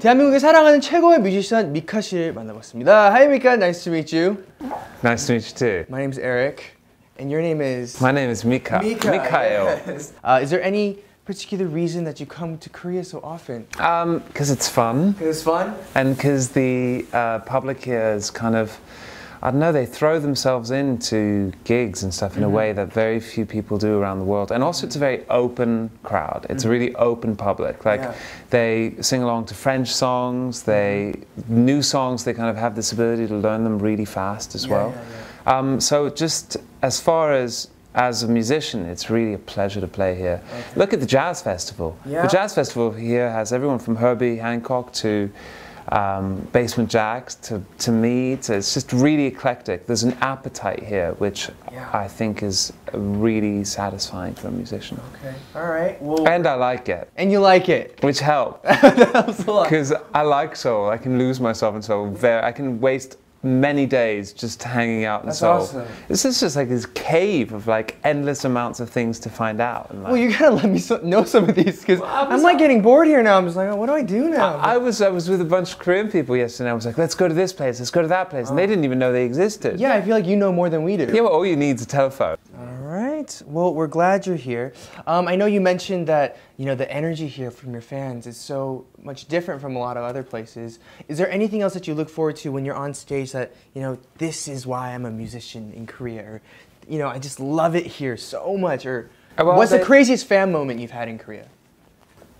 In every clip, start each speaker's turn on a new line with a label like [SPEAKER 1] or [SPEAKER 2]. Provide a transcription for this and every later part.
[SPEAKER 1] 대한민국이 사랑하는 최고의 뮤지션 미카 씨를 만나봤습니다. Hi Mika, nice to meet you.
[SPEAKER 2] Nice to meet you too.
[SPEAKER 1] My name's Eric, and your name is
[SPEAKER 2] My name is Mika. Mikael.
[SPEAKER 1] yes. Uh, is there any particular reason that you come to Korea so often?
[SPEAKER 2] Um, because it's fun,
[SPEAKER 1] It was fun.
[SPEAKER 2] and because the uh, public here is kind of, I don't know, they throw themselves into gigs and stuff in
[SPEAKER 1] Mm-hmm.
[SPEAKER 2] a way that very few people do around the world. And also, it's a very open crowd. It's a really open public. Like,
[SPEAKER 1] Mm-hmm. Yeah.
[SPEAKER 2] they sing along to French songs. They
[SPEAKER 1] Mm-hmm.
[SPEAKER 2] new songs. They kind of have this ability to learn them really fast as
[SPEAKER 1] Yeah,
[SPEAKER 2] well.
[SPEAKER 1] yeah, yeah.
[SPEAKER 2] Um, so just as far as as a musician, it's really a pleasure to play here. Look at the jazz festival.
[SPEAKER 1] Yeah.
[SPEAKER 2] The jazz festival here has everyone from Herbie Hancock to um, Basement Jacks to to me. To, it's just really eclectic. There's an appetite here, which
[SPEAKER 1] Yeah.
[SPEAKER 2] I think is really satisfying for a musician,
[SPEAKER 1] Okay. All right. Well, and,
[SPEAKER 2] and I like it,
[SPEAKER 1] you like it.
[SPEAKER 2] which helps
[SPEAKER 1] That's a lot.
[SPEAKER 2] because I like soul. I can lose myself in soul. Very, I can waste many days just hanging out in
[SPEAKER 1] That's
[SPEAKER 2] soul.
[SPEAKER 1] awesome.
[SPEAKER 2] This is just like this cave of like endless amounts of things to find out. And like,
[SPEAKER 1] Well, you gotta let me so- know some of these because
[SPEAKER 2] Well, I
[SPEAKER 1] I'm
[SPEAKER 2] was-
[SPEAKER 1] like getting bored here now. I'm just like, oh, what do I do now?
[SPEAKER 2] I was I was with a bunch of Korean people yesterday. and I was like, let's go to this place, let's go to that place, and they didn't even know they existed.
[SPEAKER 1] yeah, I feel like you know more than we do.
[SPEAKER 2] Yeah, well, all you need is a telephone.
[SPEAKER 1] All right. Well, we're glad you're here. Um, I know you mentioned that you know the energy here from your fans is so much different from a lot of other places. Is there anything else that you look forward to when you're on stage that you know this is why I'm a musician in Korea, or you know I just love it here so much, or
[SPEAKER 2] Uh, well,
[SPEAKER 1] what's the
[SPEAKER 2] they-
[SPEAKER 1] craziest fan moment you've had in Korea?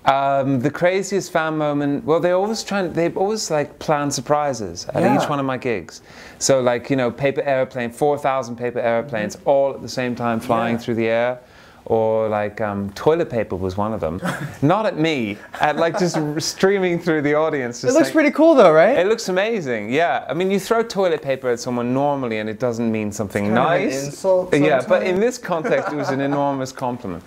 [SPEAKER 2] Um, the craziest fan moment. Well, they always try. and- They always like plan surprises at
[SPEAKER 1] Yeah.
[SPEAKER 2] each one of my gigs. So like you know, paper airplane, four thousand paper airplanes, all at the same time flying
[SPEAKER 1] Mm-hmm. Yeah.
[SPEAKER 2] through the air, or like um, toilet paper was one of them. Not at me, at like just r- streaming through the audience.
[SPEAKER 1] It
[SPEAKER 2] just
[SPEAKER 1] looks
[SPEAKER 2] like-
[SPEAKER 1] pretty cool though, right?
[SPEAKER 2] It looks amazing. Yeah, I mean, you throw toilet paper at someone normally, and it doesn't mean something
[SPEAKER 1] kind of an
[SPEAKER 2] nice.
[SPEAKER 1] insult
[SPEAKER 2] yeah, but
[SPEAKER 1] sometimes.
[SPEAKER 2] in this context, it was an enormous compliment.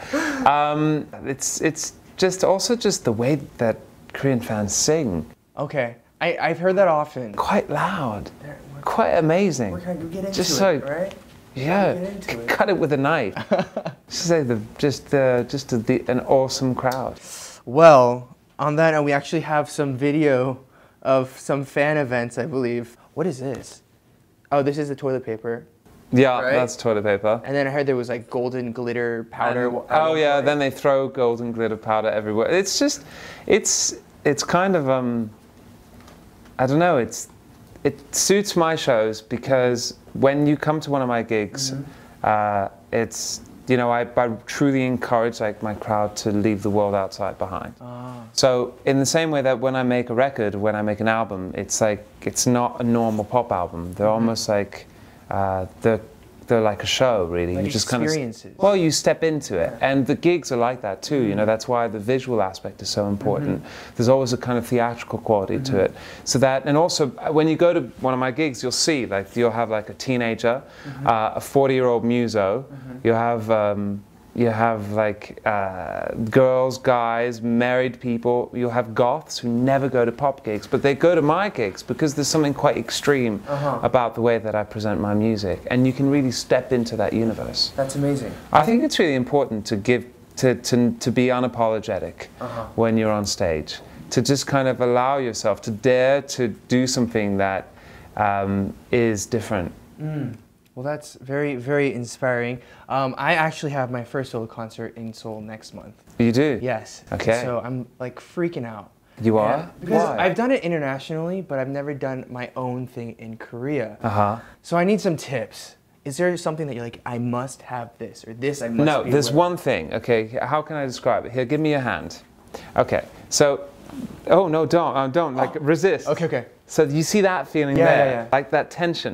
[SPEAKER 2] Um, it's it's just also just the way that Korean fans sing,
[SPEAKER 1] okay, I, I've heard that often.
[SPEAKER 2] quite loud, quite amazing.
[SPEAKER 1] We're gonna get into
[SPEAKER 2] Just
[SPEAKER 1] it,
[SPEAKER 2] so-
[SPEAKER 1] right?
[SPEAKER 2] yeah,
[SPEAKER 1] get into
[SPEAKER 2] c-
[SPEAKER 1] it.
[SPEAKER 2] cut it with a knife. just say the just the just the, an awesome crowd.
[SPEAKER 1] Well, on that note, we actually have some video of some fan events, I believe. What is this? Oh, this is the toilet paper.
[SPEAKER 2] Yeah,
[SPEAKER 1] Right?
[SPEAKER 2] that's toilet paper.
[SPEAKER 1] And then I heard there was like golden glitter powder.
[SPEAKER 2] And- oh yeah, then they throw gold and glitter powder everywhere. It's just, it's it's kind of um, I don't know. It's it suits my shows because when you come to one of my gigs,
[SPEAKER 1] Mm-hmm.
[SPEAKER 2] uh, it's you know I, I truly encourage like my crowd to leave the world outside behind.
[SPEAKER 1] Ah.
[SPEAKER 2] So in the same way that when I make a record, when I make an album, it's like it's not a normal pop album.
[SPEAKER 1] Mm-hmm.
[SPEAKER 2] They're almost like uh, they're they're like a show really.
[SPEAKER 1] Like
[SPEAKER 2] you just kind of
[SPEAKER 1] experiences.
[SPEAKER 2] well, you step into it, and the gigs are like that too. You know, that's why the visual aspect is so important. There's always a kind of theatrical quality to it. So that, and also uh, when you go to one of my gigs, you'll see like you'll have like a teenager, uh, a 40-year-old muso. You'll have um, you have like uh, girls, guys, married people. You'll have goths who never go to pop gigs, but they go to my gigs because there's something quite extreme about the way that I present my music, and you can really step into that universe.
[SPEAKER 1] That's amazing.
[SPEAKER 2] I think it's really important to give to, to, to be unapologetic
[SPEAKER 1] Uh-huh.
[SPEAKER 2] when you're on stage to just kind of allow yourself to dare to do something that um, is different
[SPEAKER 1] Well, that's very, very inspiring. Um, I actually have my first solo concert in Seoul next month.
[SPEAKER 2] you do
[SPEAKER 1] Yes.
[SPEAKER 2] Okay.
[SPEAKER 1] So I'm like freaking out.
[SPEAKER 2] You
[SPEAKER 1] Yeah,
[SPEAKER 2] are?
[SPEAKER 1] because
[SPEAKER 2] Why?
[SPEAKER 1] I've done it internationally, but I've never done my own thing in Korea.
[SPEAKER 2] uh-huh
[SPEAKER 1] So I need some tips. Is there something that you're like, I must have this, or this I must?
[SPEAKER 2] no
[SPEAKER 1] be
[SPEAKER 2] there's
[SPEAKER 1] aware
[SPEAKER 2] one thing okay how can i describe it here give me your hand okay so oh no don't uh, don't like resist
[SPEAKER 1] of? Oh. Okay, okay.
[SPEAKER 2] So you see that feeling
[SPEAKER 1] Yeah,
[SPEAKER 2] there,
[SPEAKER 1] yeah, yeah.
[SPEAKER 2] like that tension.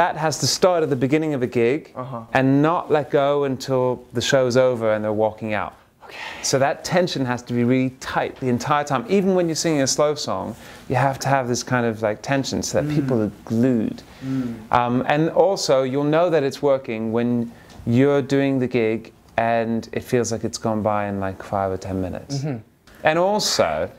[SPEAKER 2] That has to start at the beginning of a gig and not let go until the show's over and they're walking out. Okay. So that tension has to be really tight the entire time. Even when you're singing a slow song, you have to have this kind of like tension so that people are glued. Um, and also, you'll know that it's working when you're doing the gig and it feels like it's gone by in like five or ten minutes. And also,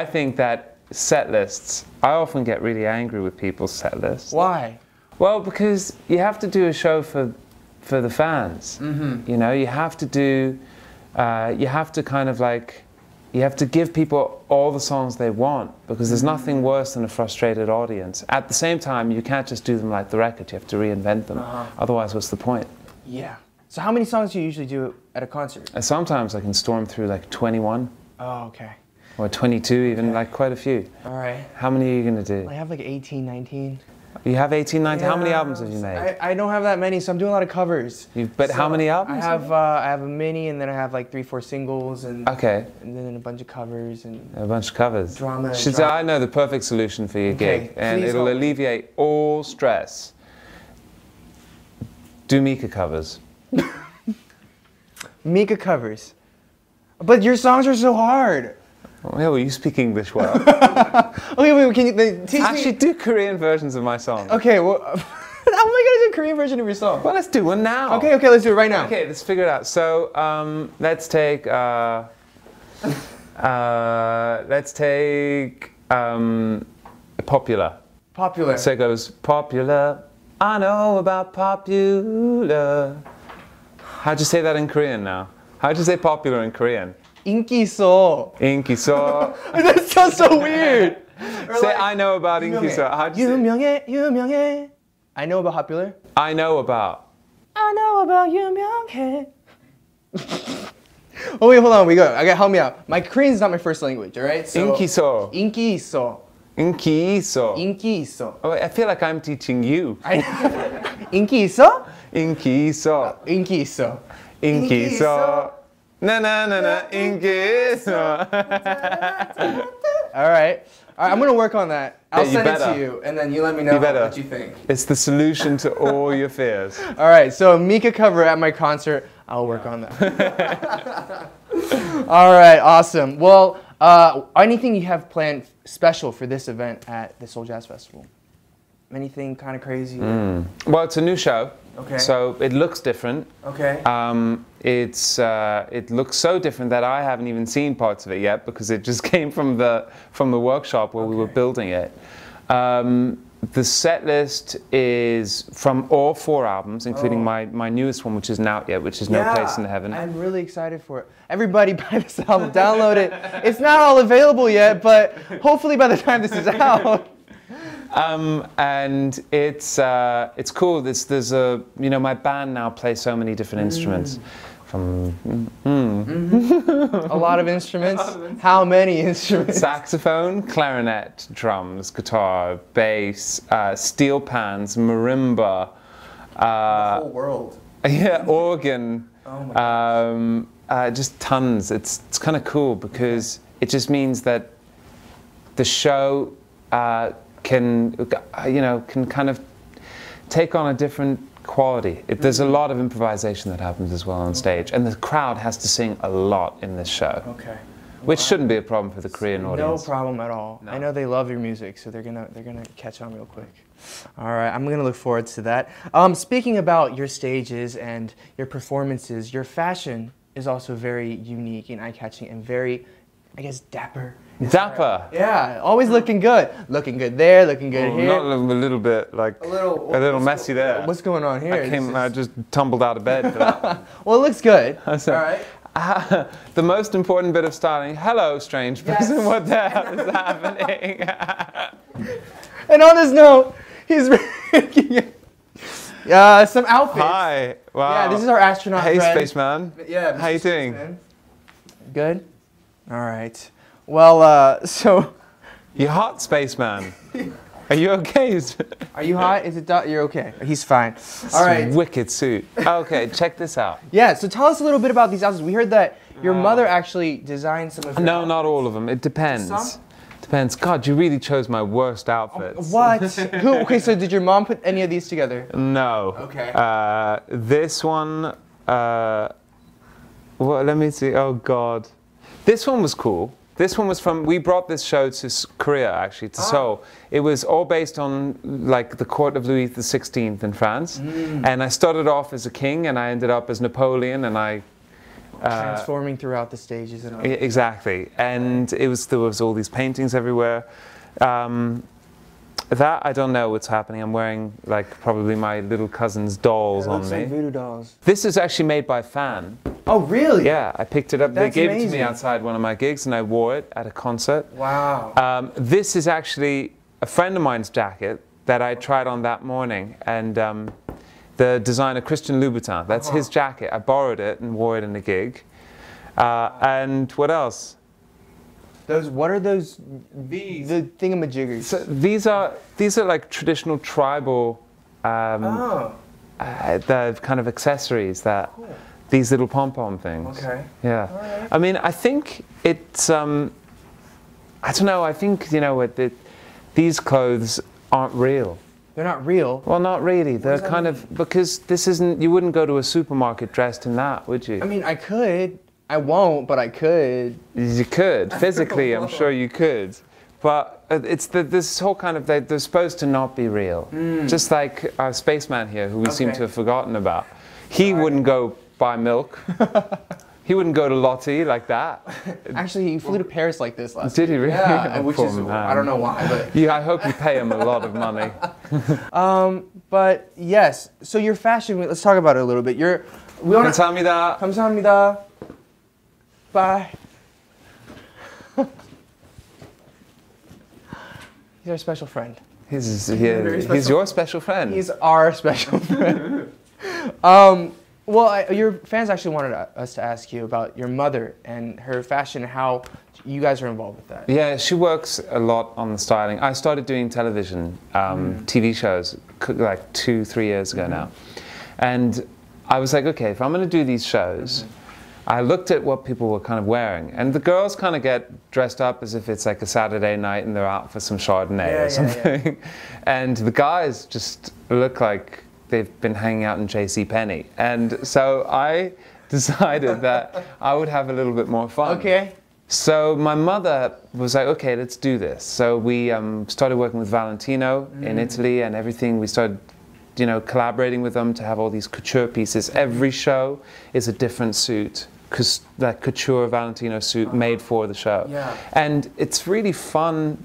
[SPEAKER 2] I think that set lists, I often get really angry with people's set lists.
[SPEAKER 1] Why?
[SPEAKER 2] Well, because you have to do a show for, for the fans. You know, you have to do, uh, you have to kind of like You have to give people all the songs they want because there's nothing worse than a frustrated audience. At the same time, you can't just do them like the record, you have to reinvent them. Otherwise, what's the point?
[SPEAKER 1] Yeah. So how many songs do you usually do at a concert?
[SPEAKER 2] And sometimes I can storm through like 21
[SPEAKER 1] Oh, okay.
[SPEAKER 2] or 22, even like quite a few.
[SPEAKER 1] All right.
[SPEAKER 2] How many are you going to do?
[SPEAKER 1] I have like 18, 19.
[SPEAKER 2] You have 18, 19. How many
[SPEAKER 1] Yeah,
[SPEAKER 2] albums have you made?
[SPEAKER 1] I, I don't have that many, so I'm doing a lot of covers.
[SPEAKER 2] You- but how many
[SPEAKER 1] I
[SPEAKER 2] albums
[SPEAKER 1] have
[SPEAKER 2] have
[SPEAKER 1] uh, I have a mini, and then I have like three, four singles, and
[SPEAKER 2] Okay,
[SPEAKER 1] and then a bunch of covers, and
[SPEAKER 2] a bunch of covers.
[SPEAKER 1] Drama,
[SPEAKER 2] Should
[SPEAKER 1] drama.
[SPEAKER 2] I know the perfect solution for your
[SPEAKER 1] Okay,
[SPEAKER 2] gig, and
[SPEAKER 1] please
[SPEAKER 2] it'll
[SPEAKER 1] help me.
[SPEAKER 2] alleviate all stress. Do Mika covers.
[SPEAKER 1] Mika covers. But your songs are so hard.
[SPEAKER 2] Oh, yeah, well, you speak English well.
[SPEAKER 1] Okay, wait, can you they, teach
[SPEAKER 2] Actually,
[SPEAKER 1] me?
[SPEAKER 2] do Korean versions of my song.
[SPEAKER 1] Okay, well, oh how am I gonna do a Korean version of your song?
[SPEAKER 2] Well, let's do one now.
[SPEAKER 1] Okay, okay, let's do it right now.
[SPEAKER 2] Okay, let's figure it out. So um, let's take uh, uh, let's take um, popular.
[SPEAKER 1] Popular.
[SPEAKER 2] So it goes popular. I know about popular. How'd you say that in Korean now? How'd you say popular in Korean?
[SPEAKER 1] Inky Soul.
[SPEAKER 2] Inki so.
[SPEAKER 1] that sounds so weird.
[SPEAKER 2] say I know about Inki so. How'd you say?
[SPEAKER 1] 유명해, 유명해. I know about popular.
[SPEAKER 2] I know about.
[SPEAKER 1] I know about 유명해. oh wait, hold on. We go. I got help me out. My Korean's not my first language. All right. So,
[SPEAKER 2] Inki so.
[SPEAKER 1] 인기 있어.
[SPEAKER 2] Inki so.
[SPEAKER 1] 인기 있어.
[SPEAKER 2] Oh, I feel like I'm teaching you.
[SPEAKER 1] I- 인기 있어?
[SPEAKER 2] Inki so.
[SPEAKER 1] 인기 있어.
[SPEAKER 2] Inki
[SPEAKER 1] 인기
[SPEAKER 2] so.
[SPEAKER 1] 있어.
[SPEAKER 2] Na na na na. Inki so.
[SPEAKER 1] All right. All right. I'm gonna work on that. I'll
[SPEAKER 2] you
[SPEAKER 1] send it
[SPEAKER 2] better.
[SPEAKER 1] to you, and then you let me know
[SPEAKER 2] better.
[SPEAKER 1] what you think.
[SPEAKER 2] It's the solution to all your fears.
[SPEAKER 1] All right. So Mika cover at my concert. I'll work on that. All right. Awesome. Well, uh, anything you have planned special for this event at the Soul Jazz Festival? Anything kind of crazy?
[SPEAKER 2] Mm, Well, it's a new show.
[SPEAKER 1] Okay.
[SPEAKER 2] So it looks different.
[SPEAKER 1] Okay.
[SPEAKER 2] Um, it's uh, it looks so different that I haven't even seen parts of it yet because it just came from the from the workshop where we were
[SPEAKER 1] Okay.
[SPEAKER 2] building it. Um, the set list is from all four albums, including
[SPEAKER 1] Oh.
[SPEAKER 2] my, my newest one, which isn't out yet, which is No Place in Heaven.
[SPEAKER 1] I'm really excited for it. Everybody buy this album, download it. It's not all available yet, but hopefully by the time this is out.
[SPEAKER 2] Um, and it's uh, it's cool. There's there's a you know my band now plays so many different
[SPEAKER 1] Mm.
[SPEAKER 2] instruments, from
[SPEAKER 1] A lot of instruments. How many instruments?
[SPEAKER 2] saxophone, clarinet, drums, guitar, bass, uh, steel pans, marimba, uh,
[SPEAKER 1] world.
[SPEAKER 2] yeah, organ,
[SPEAKER 1] Oh my
[SPEAKER 2] um, uh, just tons. It's it's kind of cool because it just means that the show uh, can uh, you know can kind of take on a different quality. It, there's a
[SPEAKER 1] Mm-hmm.
[SPEAKER 2] lot of improvisation that happens as well on stage, and the crowd has to sing a lot in this show,
[SPEAKER 1] Okay.
[SPEAKER 2] which shouldn't be a problem for the Korean
[SPEAKER 1] No
[SPEAKER 2] audience.
[SPEAKER 1] problem at all. I know they love your music, so they're gonna they're gonna catch on real quick. All right, I'm gonna look forward to that. Um, speaking about your stages and your performances, your fashion is also very unique and eye-catching and very, I guess, dapper.
[SPEAKER 2] Dapper.
[SPEAKER 1] Yeah, always looking good. Looking good there, looking good
[SPEAKER 2] Well,
[SPEAKER 1] here.
[SPEAKER 2] Not a little bit like a
[SPEAKER 1] little-
[SPEAKER 2] little, messy there.
[SPEAKER 1] What's going on here?
[SPEAKER 2] I came. uh,
[SPEAKER 1] This
[SPEAKER 2] I
[SPEAKER 1] is-
[SPEAKER 2] just tumbled out of bed for that.
[SPEAKER 1] well, it looks good.
[SPEAKER 2] So-
[SPEAKER 1] All right.
[SPEAKER 2] Ah, the most important bit of styling. Hello, strange
[SPEAKER 1] Yes.
[SPEAKER 2] person. What the hell is happening?
[SPEAKER 1] And on this note, he's making uh, some outfits.
[SPEAKER 2] Hi. Wow.
[SPEAKER 1] Yeah, this is our astronaut
[SPEAKER 2] Hey,
[SPEAKER 1] friend.
[SPEAKER 2] spaceman.
[SPEAKER 1] Yeah.
[SPEAKER 2] How you doing?
[SPEAKER 1] Good. All right. Well, uh, so
[SPEAKER 2] You hot, spaceman? Are you okay? It's
[SPEAKER 1] are you hot? Is it? Dot? You're okay. He's fine. All
[SPEAKER 2] a
[SPEAKER 1] right.
[SPEAKER 2] Wicked suit. Okay, check this out.
[SPEAKER 1] Yeah. So tell us a little bit about these outfits. We heard that your mother actually designed some of. Your
[SPEAKER 2] No, not all of them. It depends.
[SPEAKER 1] Some? Um,
[SPEAKER 2] Depends. God, you really chose my worst outfits.
[SPEAKER 1] What? Who? Okay. So did your mom put any of these together?
[SPEAKER 2] No.
[SPEAKER 1] Okay.
[SPEAKER 2] Uh, this one. Uh, well, let me see. Oh God, this one was cool. This one was from. We brought this show to S- Korea, actually,
[SPEAKER 1] Ah.
[SPEAKER 2] to Seoul. It was all based on like the court of Louis XVI in France,
[SPEAKER 1] Mm.
[SPEAKER 2] and I started off as a king, and I ended up as Napoleon, and I Uh,
[SPEAKER 1] Transforming throughout the stages and all.
[SPEAKER 2] E- Exactly, and it was there was all these paintings everywhere. Um, that I don't know what's happening. I'm wearing like probably my little cousin's dolls
[SPEAKER 1] It
[SPEAKER 2] on
[SPEAKER 1] looks
[SPEAKER 2] me.
[SPEAKER 1] like voodoo dolls.
[SPEAKER 2] this is actually made by Fan,
[SPEAKER 1] Oh, really?
[SPEAKER 2] Yeah, I picked it up.
[SPEAKER 1] That's
[SPEAKER 2] they gave it to
[SPEAKER 1] amazing.
[SPEAKER 2] me outside one of my gigs, and I wore it at a concert.
[SPEAKER 1] Wow.
[SPEAKER 2] Um, this is actually a friend of mine's jacket that I tried on that morning, and um, the designer Christian Louboutin. That's
[SPEAKER 1] Oh.
[SPEAKER 2] his jacket. I borrowed it and wore it in a gig. Uh, and what else?
[SPEAKER 1] Those. What are those?
[SPEAKER 2] These.
[SPEAKER 1] The thingamajiggers.
[SPEAKER 2] So these are these are like traditional tribal. Um,
[SPEAKER 1] oh.
[SPEAKER 2] uh, the kind of accessories that these little pom pom things.
[SPEAKER 1] Okay.
[SPEAKER 2] Yeah.
[SPEAKER 1] Alright.
[SPEAKER 2] I mean, I think it's. Um, I don't know. I think you know it, it, these clothes aren't real.
[SPEAKER 1] They're not real.
[SPEAKER 2] Well, not really. They're
[SPEAKER 1] does that
[SPEAKER 2] kind of because this isn't. You wouldn't go to a supermarket dressed in that, would you?
[SPEAKER 1] I mean, I could. I won't, but I could.
[SPEAKER 2] You could physically. I'm sure you could. But uh, it's the, this whole kind of they, they're supposed to not be real. Just like our spaceman here, who we seem
[SPEAKER 1] Mm. Okay.
[SPEAKER 2] to have forgotten about. He wouldn't go buy milk. he wouldn't go to Lottie like that.
[SPEAKER 1] Actually, he flew to Paris like this last.
[SPEAKER 2] Did he really?
[SPEAKER 1] Yeah,
[SPEAKER 2] Oh,
[SPEAKER 1] which
[SPEAKER 2] poor
[SPEAKER 1] is I
[SPEAKER 2] man.
[SPEAKER 1] don't know why, but
[SPEAKER 2] Yeah, I hope you pay him a lot of money.
[SPEAKER 1] but yes. So your fashion. Let's talk about it a little bit. Your. We
[SPEAKER 2] Don't
[SPEAKER 1] want to.
[SPEAKER 2] tell me that.
[SPEAKER 1] 감사합니다. Bye. He's our special friend.
[SPEAKER 2] He's,
[SPEAKER 1] very
[SPEAKER 2] he, he's
[SPEAKER 1] special.
[SPEAKER 2] your special friend.
[SPEAKER 1] He's our special friend. um, well, I, your fans actually wanted uh, us to ask you about your mother and her fashion, and how you guys are involved with that.
[SPEAKER 2] Yeah, she works a lot on the styling. I started doing television, um,
[SPEAKER 1] Mm.
[SPEAKER 2] TV shows, c- like two, three years
[SPEAKER 1] Mm-hmm.
[SPEAKER 2] ago now. And I was like, okay, if I'm going to do these shows,
[SPEAKER 1] Mm-hmm.
[SPEAKER 2] I looked at what people were kind of wearing. And the girls kind of get dressed up as if it's like a Saturday night and they're out for some
[SPEAKER 1] Yeah,
[SPEAKER 2] Chardonnay or
[SPEAKER 1] yeah, yeah.
[SPEAKER 2] something. and the guys just look like they've been hanging out in JC Penney. And so I decided that I would have a little bit more fun.
[SPEAKER 1] Okay.
[SPEAKER 2] So my mother was like, okay, let's do this. So we um, started working with Valentino in Italy and everything. We started, you know, collaborating with them to have all these couture pieces. Every show is a different suit, cause that couture Valentino suit made for the show.
[SPEAKER 1] Yeah.
[SPEAKER 2] And it's really fun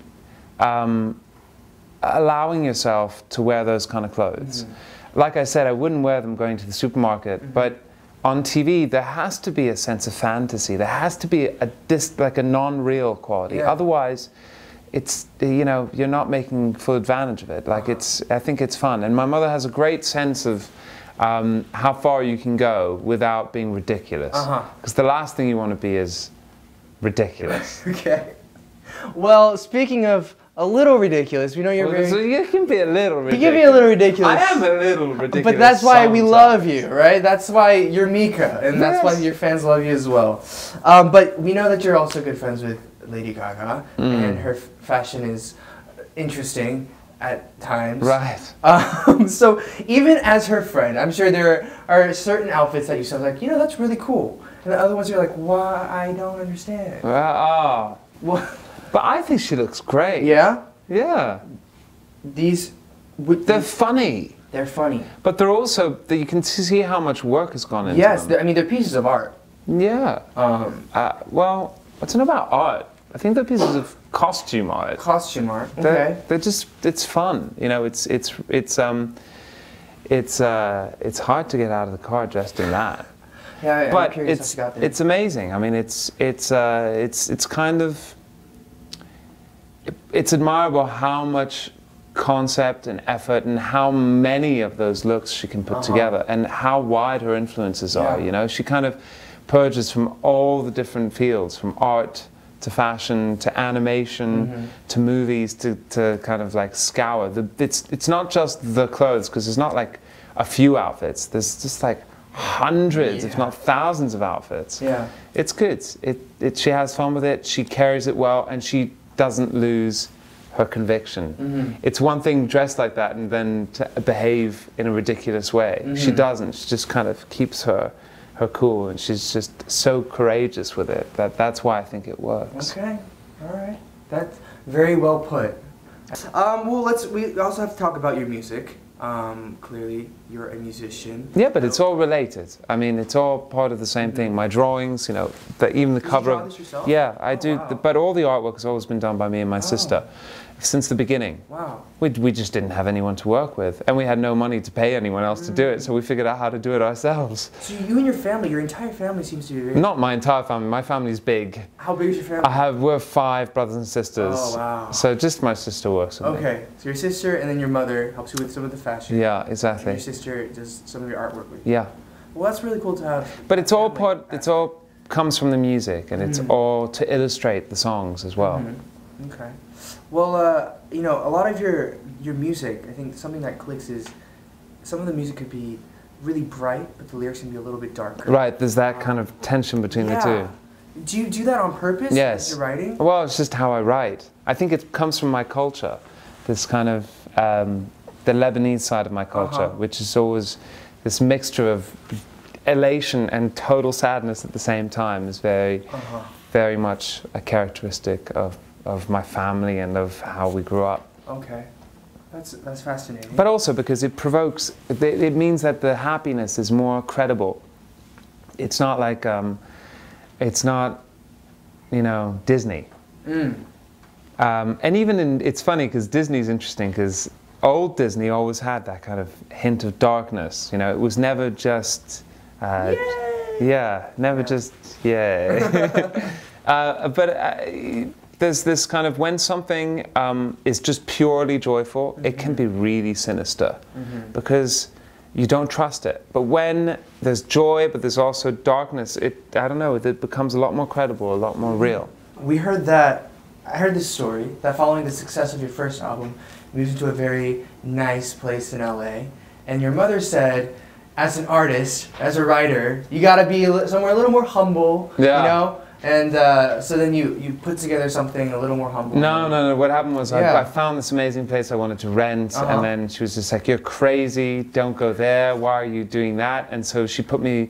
[SPEAKER 2] allowing yourself to wear those kind of clothes.
[SPEAKER 1] Mm-hmm.
[SPEAKER 2] Like I said, I wouldn't wear them going to the supermarket, but on TV there has to be a sense of fantasy. There has to be a dis- like a non-real quality.
[SPEAKER 1] Yeah.
[SPEAKER 2] Otherwise, it's you know you're not making full advantage of it. Like
[SPEAKER 1] Uh-huh.
[SPEAKER 2] it's I think it's fun, and my mother has a great sense of. Um, how far you can go without being ridiculous. Because
[SPEAKER 1] Uh-huh.
[SPEAKER 2] the last thing you want to be is ridiculous.
[SPEAKER 1] Okay. Well, speaking of a little ridiculous, we know you're
[SPEAKER 2] Well, so
[SPEAKER 1] very.
[SPEAKER 2] you can be a little
[SPEAKER 1] can
[SPEAKER 2] ridiculous.
[SPEAKER 1] be a little ridiculous.
[SPEAKER 2] I am a little ridiculous.
[SPEAKER 1] But that's why we
[SPEAKER 2] sometimes.
[SPEAKER 1] love you, right? That's why you're Mika, and that's why
[SPEAKER 2] Yes.
[SPEAKER 1] your fans love you as well. Um, but we know that you're also good friends with Lady Gaga,
[SPEAKER 2] Mm.
[SPEAKER 1] and her f- fashion is interesting at times.
[SPEAKER 2] Right.
[SPEAKER 1] Um, so even as her friend, I'm sure there are certain outfits that you saw like, you know, that's really cool, and the other ones you're like, why? I don't understand.
[SPEAKER 2] Well, ah.
[SPEAKER 1] Well,
[SPEAKER 2] But I think she looks great.
[SPEAKER 1] yeah,
[SPEAKER 2] Yeah.
[SPEAKER 1] these, with
[SPEAKER 2] They're funny,
[SPEAKER 1] they're funny.
[SPEAKER 2] but they're also that you can see how much work has gone into
[SPEAKER 1] Yes,
[SPEAKER 2] them.
[SPEAKER 1] they're- I mean they're pieces of art.
[SPEAKER 2] Yeah.
[SPEAKER 1] Um,
[SPEAKER 2] Uh, well, I don't know about art. I think they're pieces of costume art.
[SPEAKER 1] costume art. Okay.
[SPEAKER 2] They're, they're just it's fun. You know, it's it's it's um. It's uh, it's hard to get out of the car dressed in that.
[SPEAKER 1] yeah, I- I'm
[SPEAKER 2] but
[SPEAKER 1] curious
[SPEAKER 2] it's
[SPEAKER 1] how she got there.
[SPEAKER 2] it's amazing. I mean, it's it's uh, it's it's kind of it's admirable how much concept and effort and how many of those looks she can put together and how wide her influences are.
[SPEAKER 1] Uh-huh. Yeah.
[SPEAKER 2] You know, she kind of purges from all the different fields, from art to fashion to animation
[SPEAKER 1] Mm-hmm.
[SPEAKER 2] to movies to, to kind of like scour. The, it's it's not just the clothes because there's not like a few outfits. There's just like hundreds, if
[SPEAKER 1] Yeah.
[SPEAKER 2] not thousands, of outfits.
[SPEAKER 1] Yeah.
[SPEAKER 2] It's good. It, it, she has fun with it. She carries it well, and she doesn't lose her conviction.
[SPEAKER 1] Mm-hmm.
[SPEAKER 2] It's one thing dressed like that and then to behave in a ridiculous way.
[SPEAKER 1] Mm-hmm.
[SPEAKER 2] She doesn't. She just kind of keeps her, her cool, and she's just so courageous with it that that's why I think it works.
[SPEAKER 1] Okay, all right. That's very well put. Um, well, let's. We also have to talk about your music. Um, clearly, you're a musician. Oh,
[SPEAKER 2] Yeah, but it's all related. I mean, it's all part of the same thing. My drawings, you know, the, even the
[SPEAKER 1] Mm-hmm. Did you
[SPEAKER 2] cover.
[SPEAKER 1] draw
[SPEAKER 2] of-
[SPEAKER 1] this yourself?
[SPEAKER 2] Yeah, I
[SPEAKER 1] Oh,
[SPEAKER 2] do.
[SPEAKER 1] wow. Oh.
[SPEAKER 2] The, but all the artwork has always been done by me and my sister. since the beginning.
[SPEAKER 1] Wow.
[SPEAKER 2] We, we just didn't have anyone to work with, and we had no money to pay anyone else to do it, so we figured out how to do it ourselves.
[SPEAKER 1] So you and your family, your entire family seems to be very.
[SPEAKER 2] Not my entire family, my family's big.
[SPEAKER 1] How big is your family?
[SPEAKER 2] I have, we're five brothers and sisters.
[SPEAKER 1] Oh, wow.
[SPEAKER 2] So just my sister works with me.
[SPEAKER 1] okay, so your sister and then your mother helps you with some of the fashion.
[SPEAKER 2] Yeah,
[SPEAKER 1] And your
[SPEAKER 2] exactly.
[SPEAKER 1] sister does some of your artwork with you.
[SPEAKER 2] Yeah.
[SPEAKER 1] Well, that's really cool to have.
[SPEAKER 2] But it's all
[SPEAKER 1] family Mm.
[SPEAKER 2] part, it's all comes from the music, and it's all to illustrate the songs as well.
[SPEAKER 1] Mm-hmm. Okay. Well, uh, you know, a lot of your your music, I think something that clicks is some of the music could be really bright, but the lyrics can be a little bit darker.
[SPEAKER 2] Right, there's that kind of tension between the
[SPEAKER 1] Yeah.
[SPEAKER 2] two.
[SPEAKER 1] Do you do that on purpose?
[SPEAKER 2] Yes.
[SPEAKER 1] As you're writing?
[SPEAKER 2] Well, it's just how I write. I think it comes from my culture, this kind of um, the Lebanese side of my culture,
[SPEAKER 1] Uh-huh.
[SPEAKER 2] which is always this mixture of elation and total sadness at the same time is very,
[SPEAKER 1] Uh-huh.
[SPEAKER 2] very much a characteristic of, of my family and of how we grew up.
[SPEAKER 1] Okay. That's that's fascinating.
[SPEAKER 2] But also because it provokes, it, it means that the happiness is more credible. It's not like, um, it's not, you know, Disney.
[SPEAKER 1] Mm.
[SPEAKER 2] Um, and even in, it's funny because Disney's interesting because old Disney always had that kind of hint of darkness. You know, it was never just, uh, yeah, never just, yeah. uh, but uh, there's this kind of when something um, is just purely joyful, it can be really sinister
[SPEAKER 1] Mm-hmm.
[SPEAKER 2] because you don't trust it. But when there's joy, but there's also darkness, it, I don't know, it becomes a lot more credible, a lot more
[SPEAKER 1] Mm-hmm.
[SPEAKER 2] real.
[SPEAKER 1] We heard that I heard this story that following the success of your first album, you moved into a very nice place in LA, and your mother said, as an artist, as a writer, you gotta be a li- somewhere a little more humble,
[SPEAKER 2] Yeah.
[SPEAKER 1] you know. And uh, so then you you put together something a little more humble.
[SPEAKER 2] No, no, no. What happened was
[SPEAKER 1] Yeah.
[SPEAKER 2] I, I found this amazing place I wanted to rent,
[SPEAKER 1] Uh-huh.
[SPEAKER 2] and then she was just like, "You're crazy! Don't go there! Why are you doing that?" And so she put me,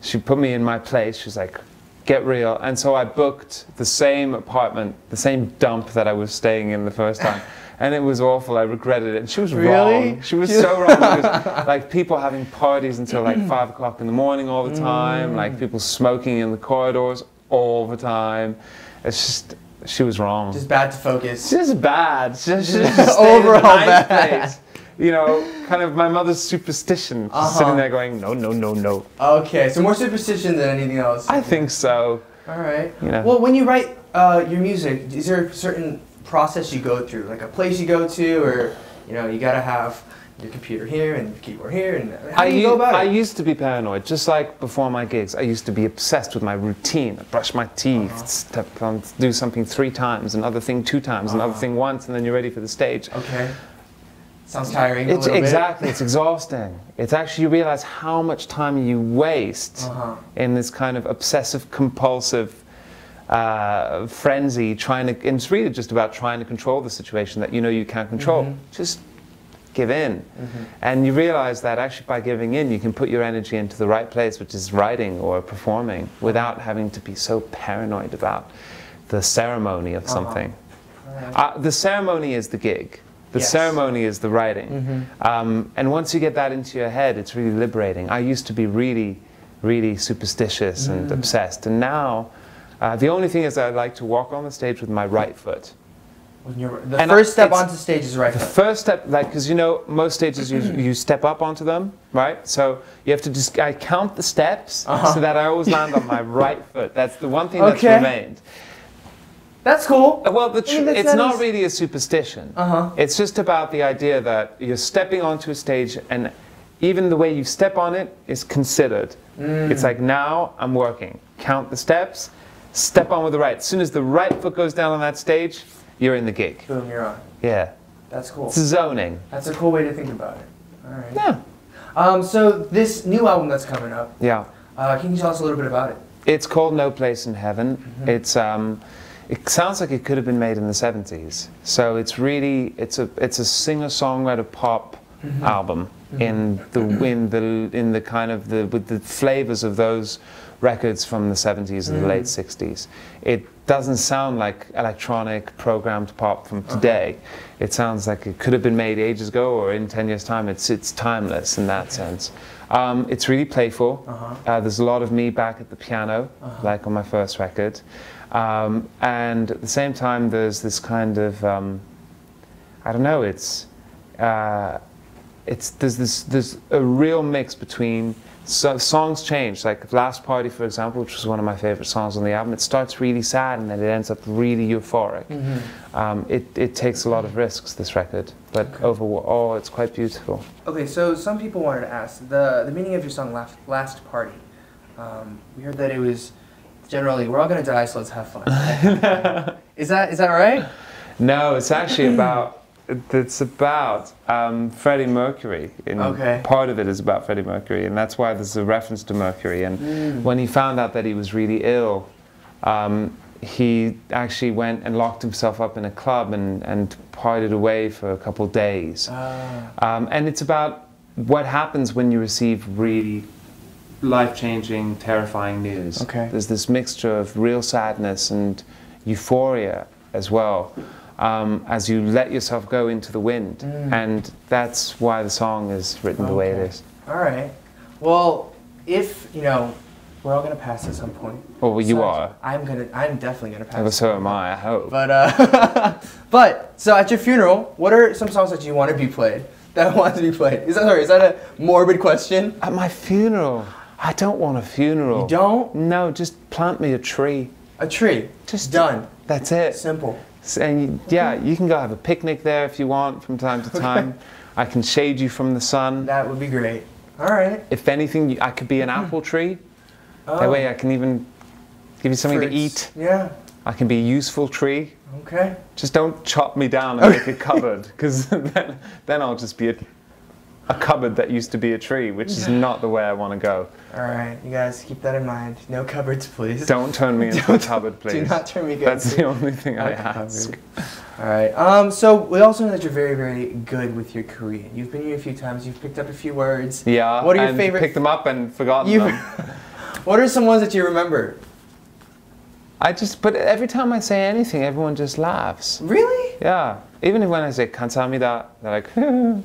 [SPEAKER 2] she put me in my place. She was like, "Get real!" And so I booked the same apartment, the same dump that I was staying in the first time. And it was awful. I regretted it. And she was
[SPEAKER 1] Really?
[SPEAKER 2] wrong. She was so wrong. Because, like people having parties until like five o'clock in the morning all the
[SPEAKER 1] Mm.
[SPEAKER 2] time. Like people smoking in the corridors all the time. It's just she was wrong.
[SPEAKER 1] Just bad to focus.
[SPEAKER 2] It's just bad. It's Just, it's just stay in a
[SPEAKER 1] Overall
[SPEAKER 2] nice
[SPEAKER 1] bad.
[SPEAKER 2] place. You know, kind of my mother's superstition. She's sitting
[SPEAKER 1] Uh-huh.
[SPEAKER 2] there going, no, no, no, no.
[SPEAKER 1] Okay, so more superstition than anything else.
[SPEAKER 2] I think so.
[SPEAKER 1] All right.
[SPEAKER 2] You know.
[SPEAKER 1] Well, when you write uh, your music, is there a certain process you go through, like a place you go to, or you know, you gotta have your computer here and your keyboard here, and how
[SPEAKER 2] I,
[SPEAKER 1] do you
[SPEAKER 2] u-
[SPEAKER 1] go about
[SPEAKER 2] I
[SPEAKER 1] it?
[SPEAKER 2] used to be paranoid, just like before my gigs. I used to be obsessed with my routine. I brush my teeth,
[SPEAKER 1] Uh-huh.
[SPEAKER 2] step on, do something three times, another thing two times,
[SPEAKER 1] Uh-huh.
[SPEAKER 2] another thing once, and then you're ready for the stage.
[SPEAKER 1] okay. Sounds tiring.
[SPEAKER 2] It's
[SPEAKER 1] a little
[SPEAKER 2] exactly. It's exhausting. It's actually you realize how much time you waste
[SPEAKER 1] Uh-huh.
[SPEAKER 2] in this kind of obsessive compulsive uh, frenzy trying to. And it's really just about trying to control the situation that you know you can't control.
[SPEAKER 1] Mm-hmm.
[SPEAKER 2] Just give in, and you realize that actually by giving in, you can put your energy into the right place, which is writing or performing, without having to be so paranoid about the ceremony
[SPEAKER 1] Uh-huh.
[SPEAKER 2] of something.
[SPEAKER 1] All right.
[SPEAKER 2] Uh, the ceremony is the gig. The
[SPEAKER 1] Yes. Mm-hmm.
[SPEAKER 2] ceremony is the writing. Um, and once you get that into your head, it's really liberating. I used to be really, really superstitious and
[SPEAKER 1] Mm.
[SPEAKER 2] obsessed. And now, uh, the only thing is I like to walk on the stage with my right foot.
[SPEAKER 1] When you're, the
[SPEAKER 2] And
[SPEAKER 1] first step
[SPEAKER 2] it's-
[SPEAKER 1] onto stage is right.
[SPEAKER 2] The
[SPEAKER 1] foot.
[SPEAKER 2] first step, like, because you know, most stages you, you step up onto them, right? So you have to just, I count the steps so that I always land on my right foot. That's the one thing
[SPEAKER 1] Uh-huh. Okay.
[SPEAKER 2] that's remained.
[SPEAKER 1] That's cool.
[SPEAKER 2] Uh, Well, the
[SPEAKER 1] I mean,
[SPEAKER 2] tr-
[SPEAKER 1] that's
[SPEAKER 2] it's
[SPEAKER 1] not
[SPEAKER 2] not
[SPEAKER 1] as-
[SPEAKER 2] really a superstition.
[SPEAKER 1] Uh-huh.
[SPEAKER 2] It's just about the idea that you're stepping onto a stage, and even the way you step on it is considered.
[SPEAKER 1] Mm.
[SPEAKER 2] It's like now I'm working. Count the steps, step on with the right. As soon as the right foot goes down on that stage, you're in the gig.
[SPEAKER 1] Boom, you're on.
[SPEAKER 2] Yeah,
[SPEAKER 1] That's cool.
[SPEAKER 2] it's zoning.
[SPEAKER 1] That's a cool way to think about it. All right.
[SPEAKER 2] Yeah,
[SPEAKER 1] Um, so this new album that's coming up,
[SPEAKER 2] yeah.
[SPEAKER 1] uh, can you tell us a little bit about it?
[SPEAKER 2] It's called No Place in Heaven. It's um, it sounds like it could have been made in the 70s. So it's really it's a it's a singer-songwriter pop album in the in the in the kind of the with the flavors of those records from the 70s and the late 60s. It doesn't sound like electronic programmed pop from today. It sounds like it could have been made ages ago or in 10 years' time. It's, it's timeless in that sense. Um, it's really playful.
[SPEAKER 1] Uh-huh.
[SPEAKER 2] Uh, there's a lot of me back at the piano, like on my first record. Um, and at the same time, there's this kind of um, I don't know. It's uh, it's there's this there's a real mix between so, songs change. Like last party, for example, which was one of my favorite songs on the album. It starts really sad and then it ends up really euphoric.
[SPEAKER 1] Mm.
[SPEAKER 2] Um, it it takes a lot of risks. This record, but overall, it's quite beautiful.
[SPEAKER 1] Okay, so some people wanted to ask the the meaning of your song "Last, Last Party." Um, we heard that it was generally "We're all gonna die, so let's have fun." is that is that right?
[SPEAKER 2] No, it's actually about. It's about um, Freddie Mercury. In
[SPEAKER 1] Okay.
[SPEAKER 2] Part of it is about Freddie Mercury, and that's why there's a reference to Mercury. And when he found out that he was really ill, um, he actually went and locked himself up in a club and, and partied away for a couple days.
[SPEAKER 1] Uh,
[SPEAKER 2] Um, and it's about what happens when you receive really life changing, terrifying news.
[SPEAKER 1] Okay.
[SPEAKER 2] There's this mixture of real sadness and euphoria as well um, as you let yourself go into the wind. And that's why the song is written the way it
[SPEAKER 1] Mm. Okay.
[SPEAKER 2] is.
[SPEAKER 1] All right. Well, if you know, we're all gonna pass at some point.
[SPEAKER 2] Oh, well, you
[SPEAKER 1] So
[SPEAKER 2] are.
[SPEAKER 1] I'm gonna. I'm definitely gonna pass.
[SPEAKER 2] Well, so am I, I hope.
[SPEAKER 1] But uh, but so at your funeral, what are some songs that you want to be played? That want to be played? Is that sorry? Is that a morbid question?
[SPEAKER 2] At my funeral, I don't want a funeral.
[SPEAKER 1] You don't?
[SPEAKER 2] No, just plant me a tree.
[SPEAKER 1] A tree.
[SPEAKER 2] Just
[SPEAKER 1] done.
[SPEAKER 2] That's it.
[SPEAKER 1] Simple.
[SPEAKER 2] S- And you- yeah, you can go have a picnic there if you want from time to time. I can shade you from the sun.
[SPEAKER 1] That would be great. All right.
[SPEAKER 2] If anything, you- I could be an
[SPEAKER 1] Mm-hmm.
[SPEAKER 2] apple tree. That way, I can even give you something to
[SPEAKER 1] Oh. Fruits.
[SPEAKER 2] eat.
[SPEAKER 1] Yeah.
[SPEAKER 2] I can be a useful tree.
[SPEAKER 1] Okay.
[SPEAKER 2] Just don't chop me down and make a cupboard, because then, then I'll just be a, a cupboard that used to be a tree, which is not the way I want to go.
[SPEAKER 1] All right. You guys keep that in mind. No cupboards, please.
[SPEAKER 2] Don't turn me into a cupboard, please.
[SPEAKER 1] Do not turn me against.
[SPEAKER 2] That's the only thing I
[SPEAKER 1] Okay,
[SPEAKER 2] ask.
[SPEAKER 1] All right. Um, so we also know that you're very, very good with your Korean. You've been here a few times. You've picked up a few words.
[SPEAKER 2] Yeah.
[SPEAKER 1] What are your
[SPEAKER 2] and
[SPEAKER 1] favorite-
[SPEAKER 2] Picked them up and forgotten
[SPEAKER 1] You-
[SPEAKER 2] them.
[SPEAKER 1] What are some ones that you remember?
[SPEAKER 2] I just, but every time I say anything, everyone just laughs.
[SPEAKER 1] Really?
[SPEAKER 2] Yeah. Even when I say kansamida, they're like,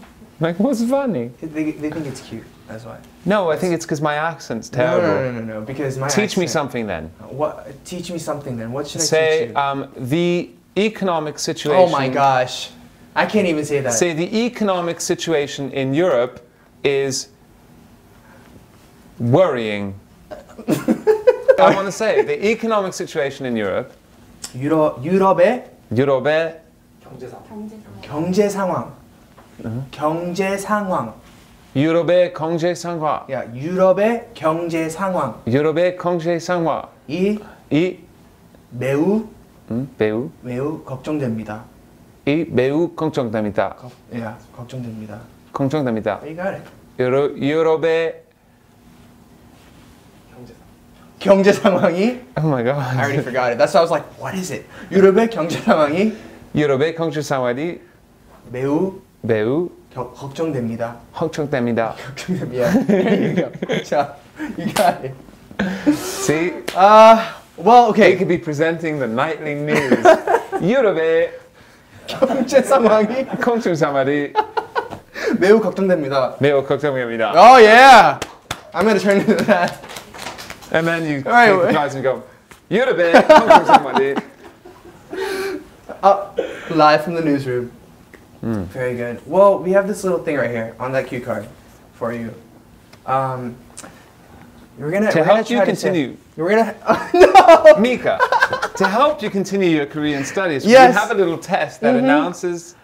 [SPEAKER 2] like what's funny?
[SPEAKER 1] They, they think it's cute. That's why.
[SPEAKER 2] No, I think it's because my accent's
[SPEAKER 1] No,
[SPEAKER 2] terrible.
[SPEAKER 1] no, no, no, no. Because my
[SPEAKER 2] Teach me
[SPEAKER 1] accent-
[SPEAKER 2] something then.
[SPEAKER 1] What? Teach me something then. What should I teach
[SPEAKER 2] Say
[SPEAKER 1] you?
[SPEAKER 2] um, the economic situation.
[SPEAKER 1] oh my gosh, I can't even say that.
[SPEAKER 2] Say the economic situation in Europe is worrying. I want to say the economic situation in Europe.
[SPEAKER 1] 유럽 유럽의
[SPEAKER 2] 유럽의
[SPEAKER 1] 경제 상황. 경제 상황.
[SPEAKER 2] 유럽의 경제 상황.
[SPEAKER 1] 야, 유럽의 경제 상황이
[SPEAKER 2] 유럽의 경제 상황. 이
[SPEAKER 1] 매우
[SPEAKER 2] 음, 매우
[SPEAKER 1] 매우 걱정됩니다.
[SPEAKER 2] 이 매우 걱정됩니다.
[SPEAKER 1] 걱, 야, 걱정됩니다.
[SPEAKER 2] 걱정됩니다.
[SPEAKER 1] You got it.
[SPEAKER 2] 유럽 유럽의
[SPEAKER 1] 경제 상황이
[SPEAKER 2] oh my
[SPEAKER 1] I already
[SPEAKER 2] god.
[SPEAKER 1] forgot it. That's why I was like, what is it? 유럽의 경제 상황이
[SPEAKER 2] 유럽의 경제 상황이
[SPEAKER 1] 매우
[SPEAKER 2] 매우
[SPEAKER 1] 겨, 걱정됩니다.
[SPEAKER 2] 걱정됩니다.
[SPEAKER 1] 걱정됩니다. There you go. 자, you got it.
[SPEAKER 2] See,
[SPEAKER 1] Uh, well,
[SPEAKER 2] they
[SPEAKER 1] okay.
[SPEAKER 2] could be presenting the nightly news. 유럽의
[SPEAKER 1] 경제 상황이
[SPEAKER 2] 경제 상황이
[SPEAKER 1] 매우 걱정됩니다.
[SPEAKER 2] 매우 걱정됩니다.
[SPEAKER 1] Oh yeah. I'm gonna turn into that.
[SPEAKER 2] And then you
[SPEAKER 1] right,
[SPEAKER 2] take
[SPEAKER 1] wait.
[SPEAKER 2] the prize and go 유럽의 경제 상황이
[SPEAKER 1] Live from the newsroom.
[SPEAKER 2] Hmm.
[SPEAKER 1] Very good. Well, we have this little thing right here on that cue card for you. Um, we're gonna.
[SPEAKER 2] To
[SPEAKER 1] we're gonna
[SPEAKER 2] help you
[SPEAKER 1] try to say-
[SPEAKER 2] continue.
[SPEAKER 1] we're gonna.
[SPEAKER 2] Mika. To help you continue your Korean studies,
[SPEAKER 1] Yes. Mm-hmm.
[SPEAKER 2] we have a little test that announces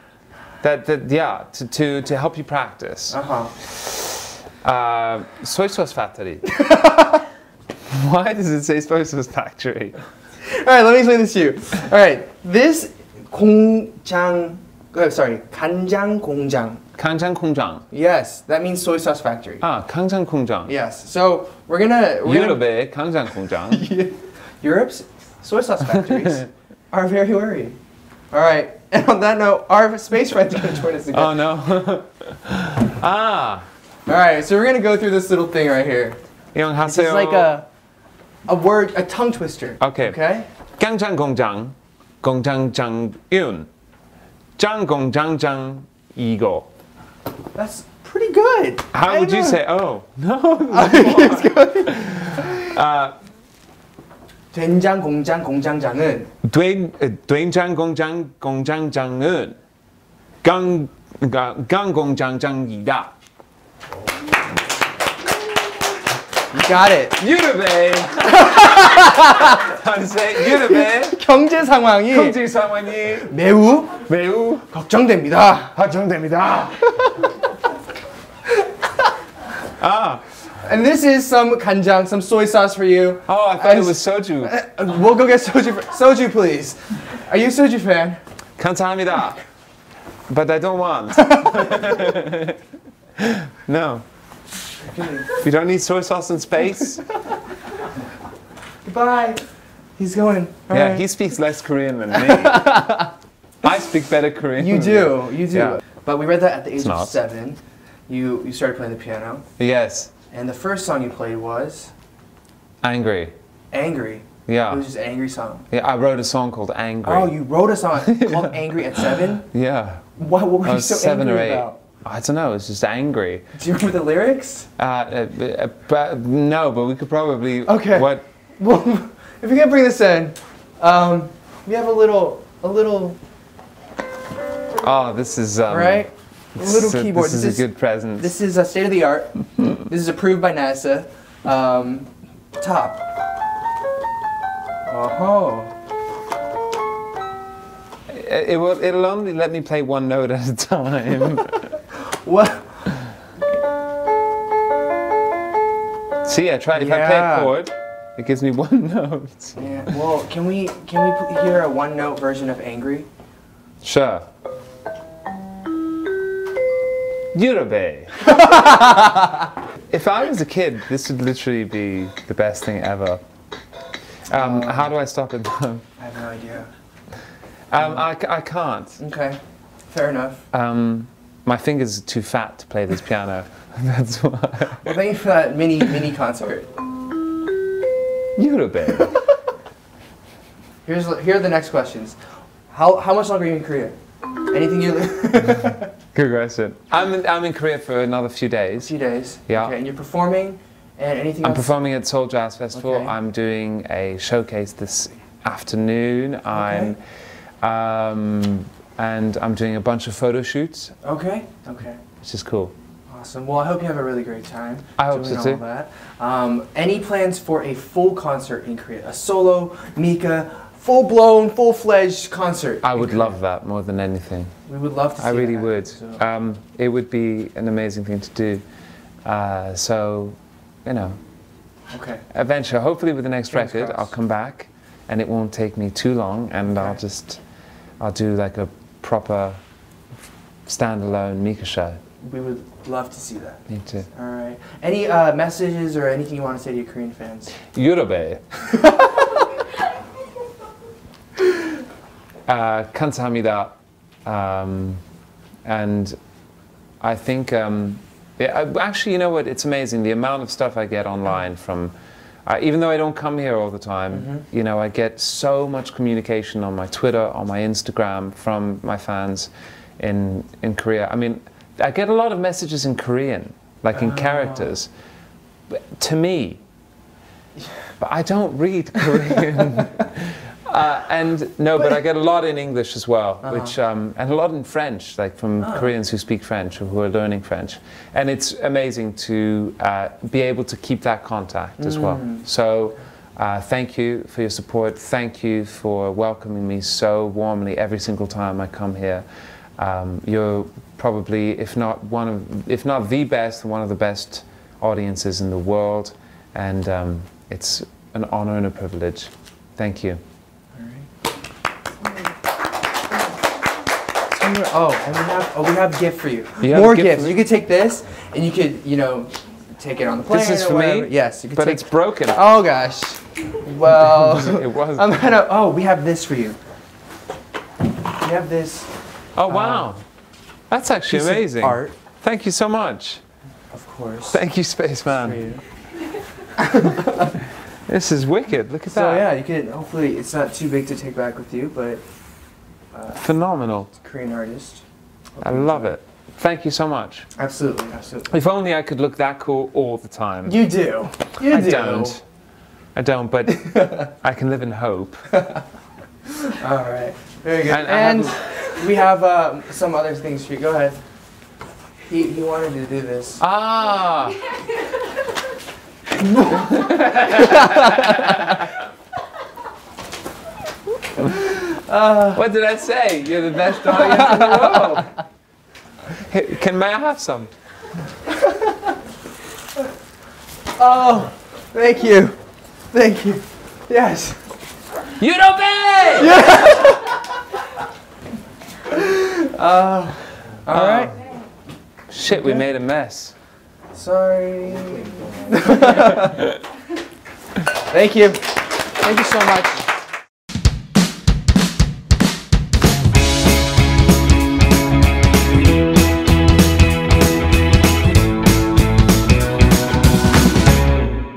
[SPEAKER 2] that, that yeah, to, to, to help you practice.
[SPEAKER 1] Uh huh.
[SPEAKER 2] Uh, soy sauce factory. Why does it say soy sauce factory?
[SPEAKER 1] All right. Let me explain this to you. All right. This 공장. Oh, sorry. 간장 공장.
[SPEAKER 2] Kangjang Kungjang.
[SPEAKER 1] Yes, that means soy sauce factory.
[SPEAKER 2] Ah, Kangjang Kungjang.
[SPEAKER 1] Yes. So we're gonna. We're gonna-
[SPEAKER 2] Europe, Kangjang Kungjang.
[SPEAKER 1] Europe's soy sauce factories are very worried. All right, and on that note, our space friends are going to join us again.
[SPEAKER 2] Oh no. ah,
[SPEAKER 1] All right, so we're going to go through this little thing right here.
[SPEAKER 2] Young
[SPEAKER 1] This is like a a word, a tongue twister.
[SPEAKER 2] Okay.
[SPEAKER 1] Okay.
[SPEAKER 2] Kangjang Kungjang. Kongjang Jang Yun. Jang Kongjang Jang Ego.
[SPEAKER 1] That's pretty good.
[SPEAKER 2] How
[SPEAKER 1] I
[SPEAKER 2] would you
[SPEAKER 1] know.
[SPEAKER 2] say? Oh no.
[SPEAKER 1] 된장 공장 공장장은
[SPEAKER 2] uh, Dwayne Dwayne Jang Kongjang Kongjang Jang Yun. 강, 강- 강공장장이다.
[SPEAKER 1] You got it.
[SPEAKER 2] 유럽에 전세 유럽에
[SPEAKER 1] 경제 상황이
[SPEAKER 2] 경제 상황이
[SPEAKER 1] 매우
[SPEAKER 2] 매우
[SPEAKER 1] 걱정됩니다.
[SPEAKER 2] 걱정됩니다. 아,
[SPEAKER 1] And this is some 간장, some soy sauce for you.
[SPEAKER 2] oh, I thought it was soju.
[SPEAKER 1] Uh, We'll go get soju. For, soju, please. Are you a soju fan?
[SPEAKER 2] 감사합니다. But I don't want. no. You don't need soy sauce in space.
[SPEAKER 1] Goodbye. He's going. All
[SPEAKER 2] Yeah,
[SPEAKER 1] right.
[SPEAKER 2] he speaks less Korean than me. I speak better Korean.
[SPEAKER 1] You
[SPEAKER 2] than
[SPEAKER 1] do, you do.
[SPEAKER 2] Yeah.
[SPEAKER 1] But we read that at the age
[SPEAKER 2] not.
[SPEAKER 1] of seven. You you started playing the piano,
[SPEAKER 2] Yes,
[SPEAKER 1] and the first song you played was
[SPEAKER 2] angry.
[SPEAKER 1] "Angry." It
[SPEAKER 2] Yeah.
[SPEAKER 1] was just an angry song.
[SPEAKER 2] yeah, I wrote a song called Angry.
[SPEAKER 1] Oh, you wrote a song called "Angry" at seven.
[SPEAKER 2] yeah.
[SPEAKER 1] What, what were
[SPEAKER 2] I
[SPEAKER 1] you
[SPEAKER 2] was
[SPEAKER 1] so
[SPEAKER 2] seven or
[SPEAKER 1] angry
[SPEAKER 2] eight.
[SPEAKER 1] about?
[SPEAKER 2] I don't know. I was just angry.
[SPEAKER 1] Do you remember the lyrics?
[SPEAKER 2] Uh, uh, uh, but no, but we could probably.
[SPEAKER 1] Okay.
[SPEAKER 2] What?
[SPEAKER 1] Well, if you can bring this in, um, we have a little, a little,
[SPEAKER 2] Oh, this is. Um,
[SPEAKER 1] right? A
[SPEAKER 2] this
[SPEAKER 1] little
[SPEAKER 2] is a-
[SPEAKER 1] keyboard.
[SPEAKER 2] This is,
[SPEAKER 1] Mm. This is-
[SPEAKER 2] a good present.
[SPEAKER 1] This is a state of the art. this is approved by NASA. Um, top. Oh.
[SPEAKER 2] Uh, It, it will. It'll only let me play one note at a time.
[SPEAKER 1] What?
[SPEAKER 2] See, I try. If I
[SPEAKER 1] Yeah.
[SPEAKER 2] play a chord, it gives me one note.
[SPEAKER 1] Yeah, well, can we can we pl- hear a one note version of angry?
[SPEAKER 2] Sure. Yurube. if I was a kid, this would literally be the best thing ever. Um, how do I stop it though?
[SPEAKER 1] I have no idea.
[SPEAKER 2] Um, I, c- I can't.
[SPEAKER 1] Okay, fair enough.
[SPEAKER 2] Um, my fingers are too fat to play this piano. That's why.
[SPEAKER 1] Well, thank you for that mini mini concert.
[SPEAKER 2] Yurube.
[SPEAKER 1] Here's here are the next questions. How how much longer are you in Korea? Anything you
[SPEAKER 2] Good question. I'm in, I'm in Korea for another few days.
[SPEAKER 1] few days.
[SPEAKER 2] Yeah.
[SPEAKER 1] Okay, and you're performing, and anything
[SPEAKER 2] I'm
[SPEAKER 1] else?
[SPEAKER 2] performing at Seoul Jazz Festival.
[SPEAKER 1] Okay.
[SPEAKER 2] I'm doing a showcase this afternoon. I'm um, and I'm doing a bunch of photo shoots,
[SPEAKER 1] okay. Okay.
[SPEAKER 2] which is cool.
[SPEAKER 1] Awesome. Well, I hope you have a really great time.
[SPEAKER 2] I hope
[SPEAKER 1] doing
[SPEAKER 2] so
[SPEAKER 1] all
[SPEAKER 2] too.
[SPEAKER 1] That. Um, any plans for a full concert in Korea? A solo Mika, full blown, full fledged concert.
[SPEAKER 2] I
[SPEAKER 1] in
[SPEAKER 2] would
[SPEAKER 1] Korea?
[SPEAKER 2] love that more than anything.
[SPEAKER 1] We would love to. See
[SPEAKER 2] I really
[SPEAKER 1] that.
[SPEAKER 2] would.
[SPEAKER 1] So-
[SPEAKER 2] Um, it would be an amazing thing to do. Uh, so, you know,
[SPEAKER 1] Okay.
[SPEAKER 2] eventually, hopefully, with the next
[SPEAKER 1] Fingers
[SPEAKER 2] record,
[SPEAKER 1] crossed.
[SPEAKER 2] I'll come back, and it won't take me too long, and I'll
[SPEAKER 1] Okay.
[SPEAKER 2] just, I'll do like a proper standalone Mika show.
[SPEAKER 1] We would love to see that.
[SPEAKER 2] Me too.
[SPEAKER 1] All right. Any uh, messages or anything you want to say to your Korean fans?
[SPEAKER 2] Yurube. uh, 감사합니다. Um, and I think, um, yeah, I- actually, you know what? It's amazing the amount of stuff I get online from, uh, even though I don't come here all the time, you know, I get so much communication on my Twitter, on my Instagram from my fans in, in Korea. I mean, I get a lot of messages in Korean, like in characters. But to me, but I don't read Korean. uh, and no, but I get a lot in English as well, which um, and a lot in French, like from Koreans who speak French or who are learning French. And it's amazing to uh, be able to keep that contact as well.
[SPEAKER 1] Mm.
[SPEAKER 2] So. Uh, thank you for your support. Thank you for welcoming me so warmly every single time I come here. Um, you're probably, if not one of, if not the best, one of the best audiences in the world, and um, it's an honor and a privilege. Thank you.
[SPEAKER 1] Somewhere- Oh, and we have oh, we have a gift for you.
[SPEAKER 2] You have
[SPEAKER 1] More
[SPEAKER 2] a gift
[SPEAKER 1] gifts.
[SPEAKER 2] for me?
[SPEAKER 1] You could take this, and you could you know take it on the plane.
[SPEAKER 2] This is
[SPEAKER 1] or
[SPEAKER 2] for
[SPEAKER 1] whatever.
[SPEAKER 2] me.
[SPEAKER 1] Yes, you could
[SPEAKER 2] but
[SPEAKER 1] take.
[SPEAKER 2] it's broken.
[SPEAKER 1] Oh gosh. Well,
[SPEAKER 2] it was.
[SPEAKER 1] I'm gonna. Oh, we have this for you. We have this
[SPEAKER 2] oh wow, that's actually
[SPEAKER 1] piece of
[SPEAKER 2] amazing.
[SPEAKER 1] art,
[SPEAKER 2] Thank you so much.
[SPEAKER 1] of course.
[SPEAKER 2] Thank you,
[SPEAKER 1] for
[SPEAKER 2] spaceman.
[SPEAKER 1] you.
[SPEAKER 2] This is wicked. Look at
[SPEAKER 1] So
[SPEAKER 2] that.
[SPEAKER 1] yeah, you could. Hopefully, it's not too big to take back with you, but uh,
[SPEAKER 2] Phenomenal.
[SPEAKER 1] Korean artist.
[SPEAKER 2] I love it. Thank you so much.
[SPEAKER 1] Absolutely, absolutely.
[SPEAKER 2] If only I could look that cool all the time.
[SPEAKER 1] You do. You
[SPEAKER 2] I
[SPEAKER 1] do.
[SPEAKER 2] don't. I don't, but I can live in hope.
[SPEAKER 1] All right. Very good.
[SPEAKER 2] And I
[SPEAKER 1] And,
[SPEAKER 2] haven't-
[SPEAKER 1] we have uh, some other things for you. Go ahead. He, he wanted to do this.
[SPEAKER 2] Ah! what did I say? You're the best audience in the world. Hey, Can may I have some?
[SPEAKER 1] Oh, thank you. Thank you. Yes.
[SPEAKER 2] You don't pay!
[SPEAKER 1] Uh, All right.
[SPEAKER 2] Shit, we made a mess.
[SPEAKER 1] Sorry. Thank you. Thank you so much.